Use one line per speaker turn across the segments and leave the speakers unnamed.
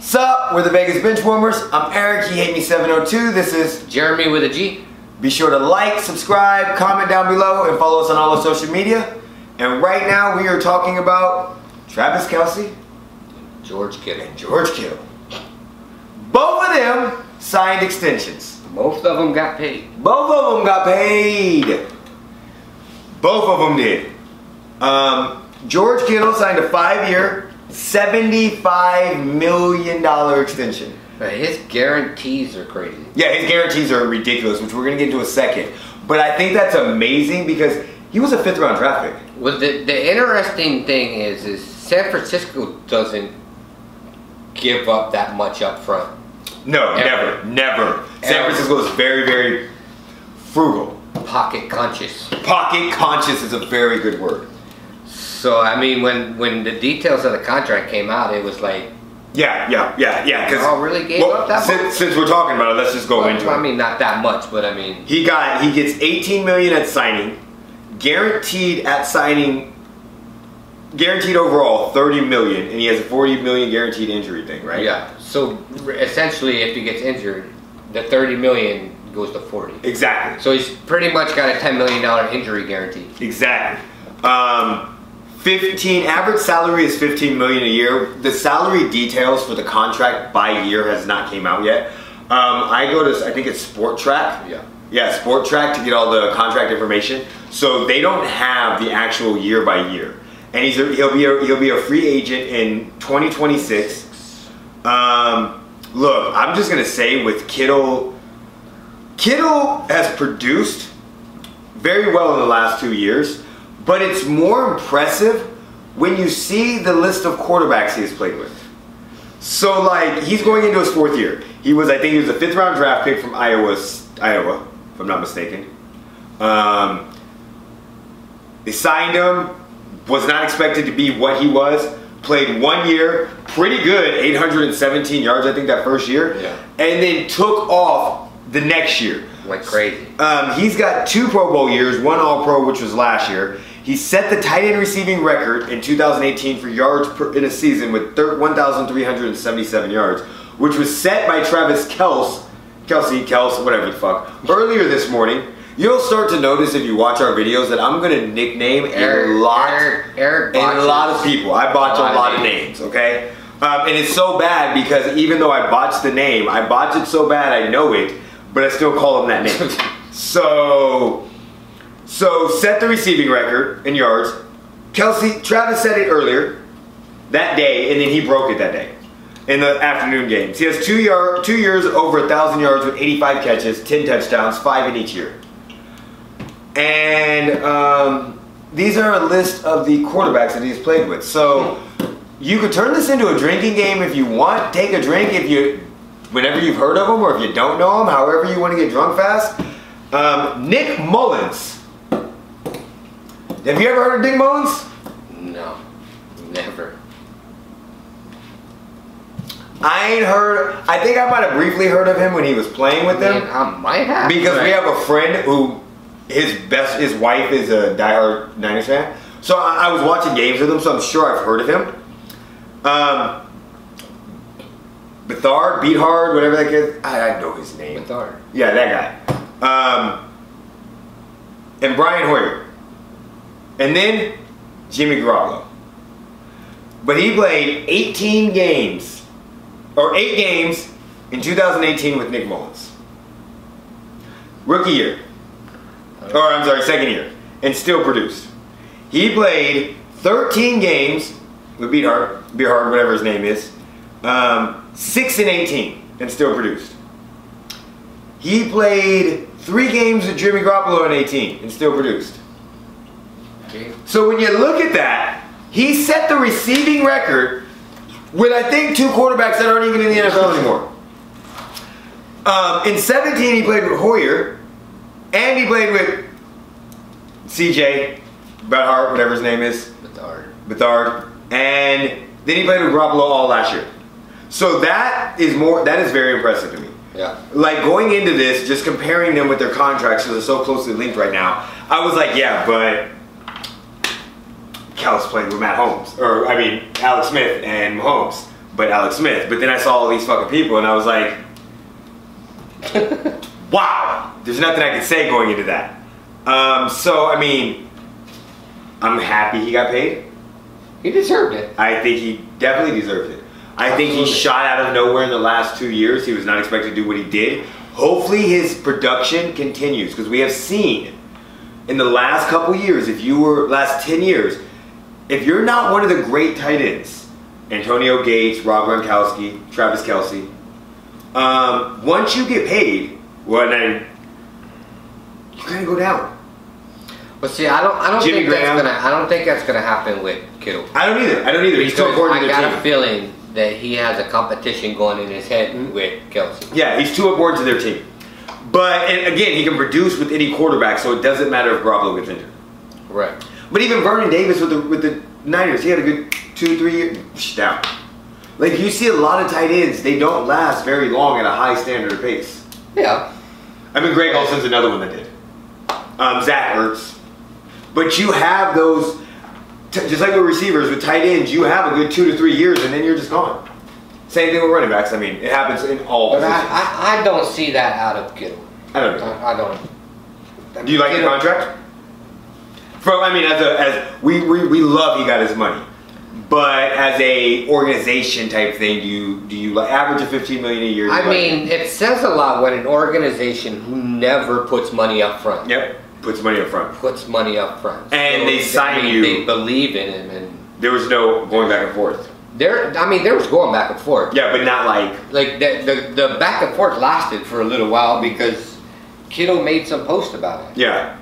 Sup, we're the Vegas Benchwarmers. I'm Eric, he hate me 702. This is,
Jeremy with a G.
be sure to like, subscribe, comment down below, and follow us on all our social media. And right now we are talking about Travis Kelsey
George Kittle.
and George Kittle. Both of them signed extensions.
Both of them got paid.
Both of them got paid. Both of them did. Um, George Kittle signed a five-year, seventy-five million dollar extension.
But his guarantees are crazy.
Yeah, his guarantees are ridiculous, which we're gonna get into in a second. But I think that's amazing because he was a fifth-round draft pick.
Well, the, the interesting thing is, is San Francisco doesn't give up that much up front.
No,
Ever.
never, never. San
Ever.
Francisco is very, very frugal.
Pocket conscious.
Pocket conscious is a very good word.
So I mean, when when the details of the contract came out, it was like,
Yeah, yeah, yeah, yeah. Because
Y'all Oh, really gave up that much?
since, since we're talking about it, let's just go into it.
I mean, not that much, but I mean,
He got he gets 18 million at signing, guaranteed at signing, guaranteed overall 30 million, and he has a 40 million guaranteed injury thing, right?
yeah. So r- essentially, if he gets injured, the thirty million goes to forty.
Exactly.
So he's pretty much got a ten million dollar injury guarantee.
Exactly. Um, 15 average salary is 15 million a year. The salary details for the contract by year has not came out yet. Um, I go to I think it's Sport Track.
Yeah.
Yeah, Sport Track to get all the contract information. So they don't have the actual year by year, and he's a, he'll be a, he'll be a free agent in 2026. Um, look, I'm just gonna say with Kittle, Kittle has produced very well in the last two years, but it's more impressive when you see the list of quarterbacks he has played with. So like he's going into his fourth year. He was, I think, he was a fifth round draft pick from Iowa, Iowa, if I'm not mistaken. Um, they signed him. Was not expected to be what he was. Played one year, pretty good, 817 yards, I think, that first year,
Yeah.
and then took off the next year.
Like crazy.
Um, he's got two Pro Bowl years, one All Pro, which was last year. He set the tight end receiving record in 2018 for yards per, in a season with thir- 1,377 yards, which was set by Travis Kels, Kelsey, Kels, whatever the fuck, earlier this morning. You'll start to notice if you watch our videos that I'm gonna nickname a
Eric-
lot,
Eric- Eric
a
botches
lot of people. I botch a lot, of names, okay? Um, and it's so bad because even though I botched the name, I botched it so bad I know it, but I still call him that name. so, so set the receiving record in yards. Kelsey, Travis said it earlier that day, and then he broke it that day in the afternoon games. He has two yard, two years over a thousand yards with 85 catches, 10 touchdowns, five in each year. And um, these are a list of the quarterbacks that he's played with. So you could turn this into a drinking game if you want. Take a drink if you, whenever you've heard of him or if you don't know him, however you want to get drunk fast. Um, Nick Mullins. Have you ever heard of Nick Mullins?
No, never.
I ain't heard. I think I might have briefly heard of him when he was playing with
Man,
them.
I might have
Because we
right?
have a friend who his best his wife is a diehard Niners fan. So I, I was watching games with him, so I'm sure I've heard of him. Um Bethard, Beat Hard, whatever that kid. I, I know his name.
Bethard.
Yeah, that guy. Um and Brian Hoyer. And then Jimmy Garoppolo. But he played 18 games, or eight games in 2018 with Nick Mullins. Rookie year. Or I'm sorry, second year. And still produced. He played 13 games with Beathard, Beathard, whatever his name is. Um, 6 and 18 and still produced. He played three games with Jimmy Garoppolo in 18 and still produced.
Okay.
So when you look at that, he set the receiving record with I think two quarterbacks that aren't even in the NFL anymore. Um, in 17, he played with Hoyer, and he played with CJ, Bethard, whatever his name is,
Bethard.
Bethard, and then he played with Garoppolo all last year. So that is more that is very impressive to me
Yeah.
like going into this, just comparing them with their contracts because they're so closely linked right now. I was like, yeah, but Cal's playing with Matt Holmes, or I mean, Alex Smith and Mahomes. but Alex Smith. But then I saw all these fucking people, and I was like, wow, there's nothing I can say going into that. Um, so I mean, I'm happy he got paid.
He deserved it.
I think he definitely deserves it. I think he
Absolutely.
shot out of nowhere in the last two years. He was not expected to do what he did. Hopefully, his production continues because we have seen in the last couple years, if you were last ten years, if you're not one of the great tight ends, Antonio Gates, Rob Gronkowski, Travis Kelsey, um, once you get paid, well, then you kind of go down.
But see, I don't, I don't
Jimmy
think
Graham.
that's gonna, I don't think that's gonna happen with Kittle.
I don't either. I don't either. He's still
Because
important
I
to the
got
team.
a feeling that he has a competition going in his head
Hmm?
with Kelsey.
Yeah, he's too important to their team. But and again, he can produce with any quarterback, so it doesn't matter if Garoppolo gets injured.
Right.
But even Vernon Davis with the with the Niners, he had a good two three years psh, down. Like you see a lot of tight ends, they don't last very long at a high standard of pace.
Yeah.
I mean, Greg Olson's another one that did. Um, Zach Ertz. But you have those, t- just like with receivers, with tight ends, you have a good two to three years, and then you're just gone. Same thing with running backs. I mean, it happens in all.
But I,
Positions.
I, I don't see that out of Kittle.
I don't know.
I, I don't.
Do you like the
Kittle-
contract? From I mean, as a as we, we we love he got his money, but as a organization type thing, do you do you like average of fifteen million a year? do you
I
like
mean, it says a lot when an organization who never puts money up
it?
front
yep, puts money up front.
puts money up front,
And they
I
sign
mean,
you.
They believe in him, and
There was no going back and forth.
there. I mean, there was going back and forth.
Yeah, but not like
Like the, the the back and forth lasted for a little while because Kittle made some post about it,
yeah,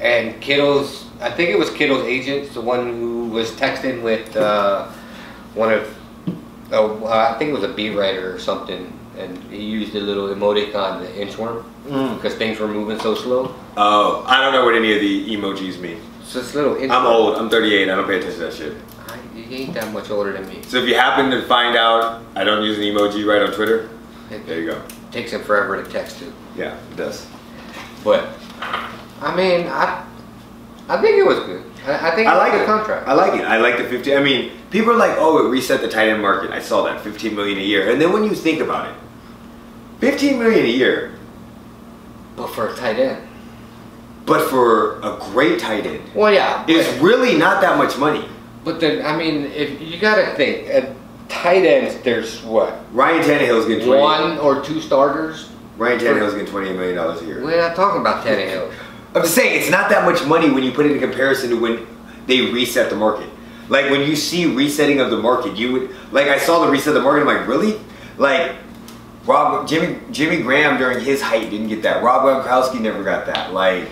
and Kittle's. I think it was Kittle's agent, the one who was texting with uh, one of. Oh, uh, I think it was a beat writer or something, and he used a little emoticon, the inchworm,
Mm.
because things were moving so slow.
oh, I don't know what any of the emojis mean.
It's this little. Inchworm.
I'm old. I'm 38. I don't pay attention to that shit.
I, you ain't that much older than me.
So if you happen to find out I don't use an emoji right on Twitter, there you go.
It takes him forever to text you.
Yeah, it does.
But I mean, I I think it was good. I, I think
I
it was
like
a good
it.
contract.
I like it. I like the 15. I mean, people are like, "Oh, it reset the tight end market." I saw that 15 million a year. And then when you think about it, 15 million a year,
but for a tight end,
but for a great tight end,
well, yeah.
is
But,
really not that much money.
but then I mean, if you gotta think, at tight ends, there's what
Ryan Tannehill's getting 20.
one or two starters.
Ryan Tannehill's getting 28 million dollars a year.
We're not talking about Tannehill.
I'm just saying it's not that much money when you put it in comparison to when they reset the market. Like when you see resetting of the market, you would like I saw the reset of the market. I'm like, really? Like Rob Jimmy Jimmy Graham during his height didn't get that. Rob Gronkowski never got that. Like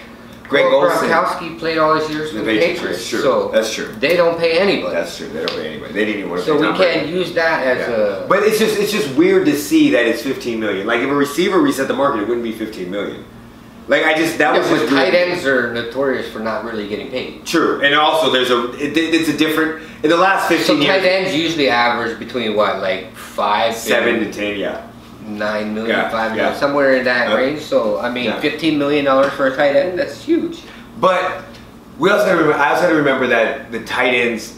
Greg
well,
Olson.
Gronkowski played all his years
The
with the
Patriots,
Patriots,
sure.
so
That's true.
They don't pay anybody,
That's true. They don't pay anybody. They didn't even want to.
so
pay
we
Tom Brady.
can't use that as
Yeah.
a.
But it's just it's just weird to see that it's 15 million. Like if a receiver reset the market, it wouldn't be 15 million. Like I just that
Yeah,
was
but
just
tight
weird.
ends are notorious for not really getting paid.
True, and also there's a it, it's a different in the last 15
So
years.
tight ends usually average between what, like five,
Seven to
and
ten, yeah.
nine million,
Yeah,
five million,
yeah.
somewhere in that
Yeah.
range. So I mean,
Yeah.
fifteen million dollars for a tight end, that's huge.
But we also have to remember, I also have to remember that the tight ends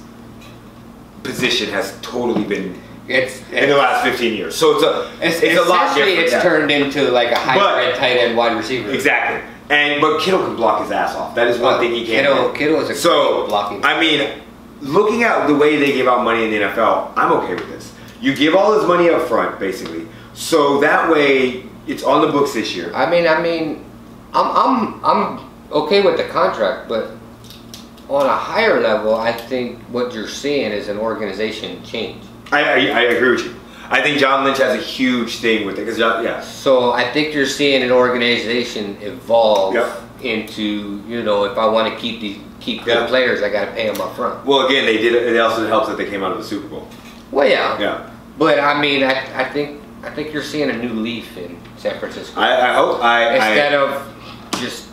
position has totally been
It's,
in the last 15 years. So it's a it's, a lot
essentially
different.
it's
yeah.
turned into like a hybrid tight end wide receiver.
Exactly. And but Kittle can block his ass off. That is one
Uh,
thing he can.
Kittle-
do.
Kittle is a
so
great blocking.
I mean, looking at the way they give out money in the NFL, I'm okay with this. You give all this money up front, basically, so that way it's on the books this year.
I mean, I mean, I'm I'm I'm okay with the contract, but on a higher level, I think what you're seeing is an organization change.
I, I, I agree with you. I think John Lynch has a huge thing with it because yeah,
So I think you're seeing an organization evolve
Yep.
into, you know, if I want to keep these keep good
Yeah.
players, I got to pay them up front.
Well, again, they did. It also helps that they came out of the Super Bowl.
Well, yeah.
Yeah,
But I mean, I, I think I think you're seeing a new leaf in San Francisco
I, I hope I,
instead
I
of just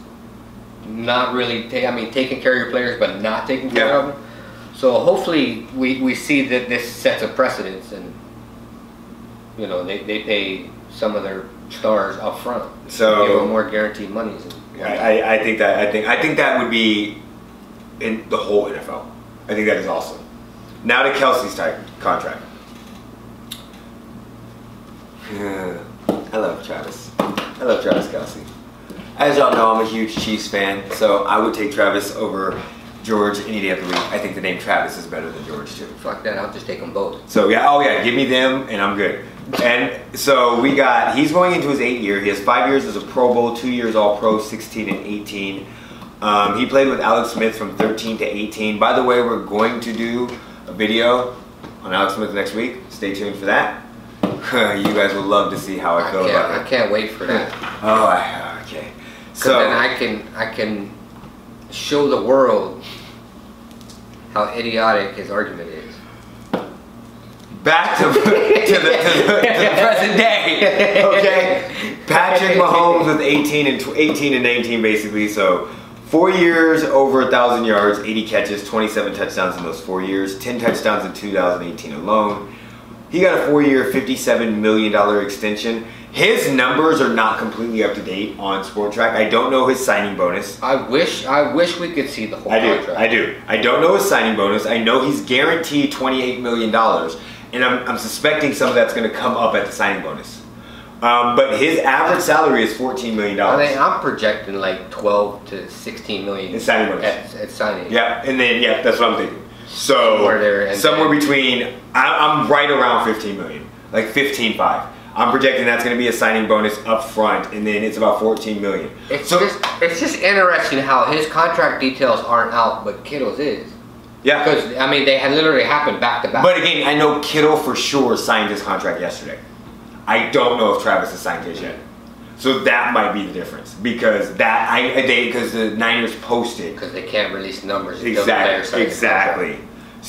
not really. Ta- I mean, taking care of your players, but not taking care
Yeah.
of them. So hopefully, we, we see that this sets a precedence, and you know, they, they pay some of their stars up front.
So-
give them more guaranteed monies. and whatnot.
I, I, I think that I think I think that would be in the whole NFL. I think that is awesome. Now to Kelsey's type contract. Yeah. I love Travis. I love Travis Kelsey. As y'all know, I'm a huge Chiefs fan, so I would take Travis over George any day of the week. I think the name Travis is better than George too.
Fuck that. I'll just take them both.
So yeah, oh yeah, give me them and I'm good. And so we got he's going into his eight year. He has five years as a Pro Bowl, two years All Pro, 16 and 18. Um, he played with Alex Smith from 13 to 18. By the way, we're going to do a video on Alex Smith next week. Stay tuned for that. you guys will love to see how I
I
feel
can't.
about
I
it.
can't wait for that.
Oh, I, okay.
Because
So
then I can I can show the world how idiotic his argument is.
back to, to, the, to, the, to the present day. Okay, Patrick Mahomes with 18 and tw- 18 and 19 basically. So four years over a thousand yards, 80 catches, 27 touchdowns in those four years, 10 touchdowns in 2018 alone. He got a four-year, $57 million extension. His numbers are not completely up to date on Sport Track. I don't know his signing bonus.
I wish I wish we could see the whole
I do.
contract.
I do. I don't know his signing bonus. I know he's guaranteed twenty-eight million dollars, and I'm, I'm suspecting some of that's going to come up at the signing bonus. Um, but his average salary is fourteen million
I
dollars.
mean, I'm projecting like 12 to 16 million
In signing bonus.
at, at signing.
Yeah, and then yeah, that's what I'm thinking. So
Somewhere there and-
somewhere between, I, I'm right around 15 million, like 15.5. I'm projecting that's going to be a signing bonus up front, and then it's about 14 million.
It's just it's just interesting how his contract details aren't out, but Kittle's is.
yeah,
Because I mean, they had literally happened back to back.
But again, I know Kittle for sure signed his contract yesterday. I don't know if Travis has signed his yet. So that might be the difference because that I they because the Niners posted
because they can't release numbers. until the player
exactly
signs the contract.
exactly.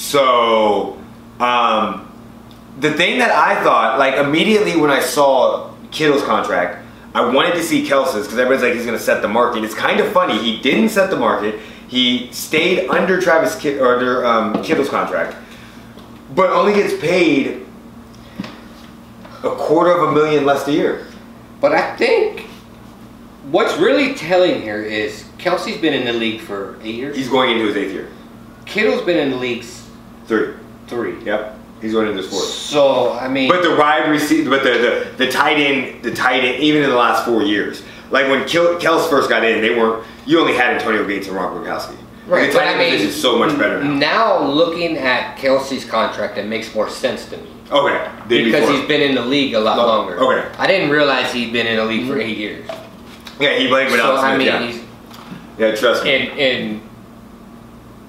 So um, the thing that I thought like immediately when I saw Kittle's contract, I wanted to see Kelsey's because everybody's like he's going to set the market. It's kind of funny he didn't set the market. He stayed under Travis Kit- or under um, Kittle's contract but only gets paid a quarter of a million less a year.
But I think what's really telling here is Kelsey's been in the league for eight years.
He's going into his eighth year.
Kittle's been in the league s-
Three.
three.
Yep. He's going into his fourth.
So I mean,
But the wide receiver, but the, the the tight end, the tight end, even in the last four years, like when Kel- Kels first got in, they weren't. You only had Antonio Gates and Ron Gronkowski. Like, the
but
tight end position is so much better now.
Now looking at Kelsey's contract, it makes more sense to me
Okay. Then
because
before.
he's been in the league a lot
Lo-
longer.
okay.
I didn't realize he'd been in the league for eight years.
yeah, he played
so
without
I
Smith.
mean,
yeah.
he's
yeah, trust me.
in in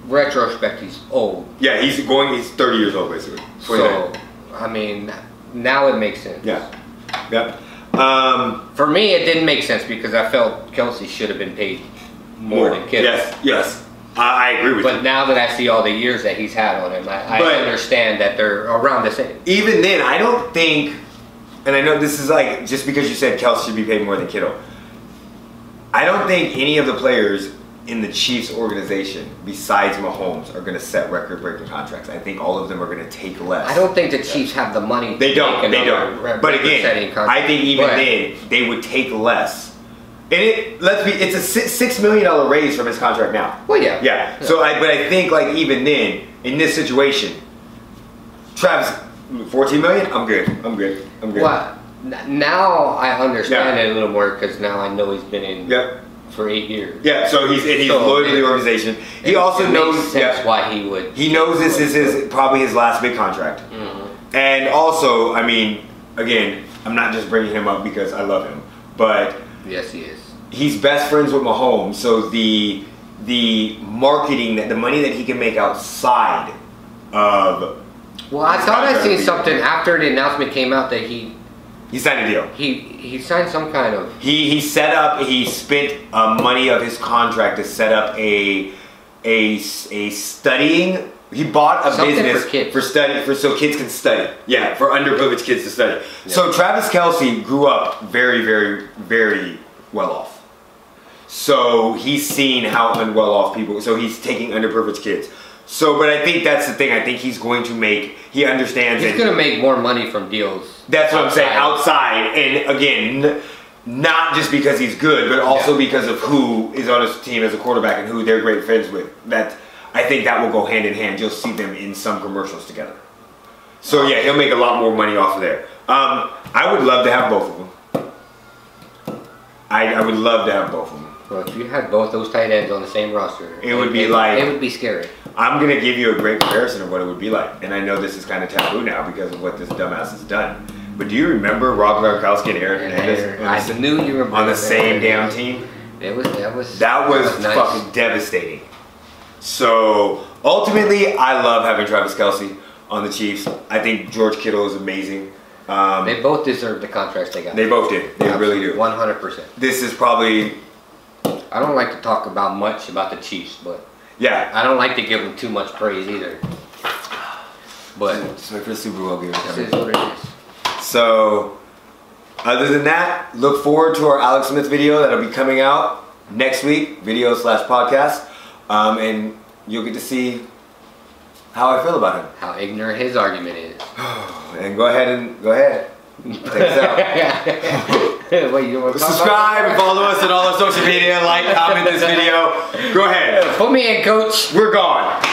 retrospect, he's old.
Yeah, he's going. He's thirty years old basically. 29.
So I mean, now it makes sense.
yeah. Yep. Um,
For me, it didn't make sense because I felt Kelsey should have been paid more than Kittle.
Yes, yes. I, I agree with
But
you.
now that I see all the years that he's had on him, I, I
But-
understand that they're around the same.
Even then, I don't think, and I know this is like just because you said Kelsey should be paid more than Kittle. I don't think any of the players in the Chiefs organization, besides Mahomes, are going to set record-breaking contracts. I think all of them are going to take less.
I don't think the Chiefs have the money.
They
to
don't.
make
They
another
don't.
re-
but again,
record-setting contract.
I think even
But
then they would take less. And it let's be it's a si- six million dollar raise from his contract now.
Well, yeah.
Yeah. So I but I think like even then in this situation, Travis, fourteen million. I'm good. I'm good. I'm good.
Well, n- now I understand
Yeah.
it a little more because now I know he's been in
Yep.
for eight years.
Yeah. So he's and he's
So
loyal to
it-
the organization. He
It-
also
it
knows.
makes sense
yeah.
why he would.
He knows this is his probably his last big contract.
Mm-hmm.
And also, I mean, again, I'm not just bringing him up because I love him, but
Yes, he is.
he's best friends with Mahomes, so the the marketing that the money that he can make outside of
Well, I
He's
thought
not
I
gonna
seen
be-
something after the announcement came out that he
he signed a deal.
he he signed some kind of
He he set up he spent uh, money of his contract to set up a a a studying. He bought a
Something for
business
kids.
study for so kids can study. Yeah, for underprivileged kids to study. So Travis Kelsey grew up very very very well off. So he's seen how unwell off people. So he's taking underprivileged kids. So, but I think that's the thing. I think he's going to make. He understands.
He's
that-
gonna make more money from deals.
that's what I'm saying.
outside.
Outside, and again, n- not just because he's good, but also because of who is on his team as a quarterback and who they're great friends with. That I think that will go hand in hand. You'll see them in some commercials together. So yeah, he'll make a lot more money off of there. Um, I would love to have both of them. I, I would love to have both of them.
Well, if you had both those tight ends on the same roster,
It would be like-
it would be scary.
I'm gonna give you a great comparison of what it would be like, and I know this is kind of taboo now because of what this dumbass has done. But do you remember Rob Gronkowski and Aaron Hernandez on the
I
s-
knew you were
on the same damn team?
It was that was
That was
nice.
fucking devastating. So ultimately, I love having Travis Kelsey on the Chiefs. I think George Kittle is amazing. Um,
They both deserve the contracts they got.
they both did. They really do.
One hundred percent.
This is probably
I don't like to talk about much about the Chiefs, but
yeah.
I don't like to give them too much praise either. But
Just wait for the Super Bowl game.
this is what it is.
So other than that, look forward to our Alex Smith video that'll be coming out next week, video slash podcast, um, and you'll get to see how I feel about him.
How ignorant his argument is.
And go ahead and go ahead. Take us out.
Wait, you want to
Subscribe and follow us on all our social media. Like, comment this video. Go ahead.
Put me in, coach.
We're gone.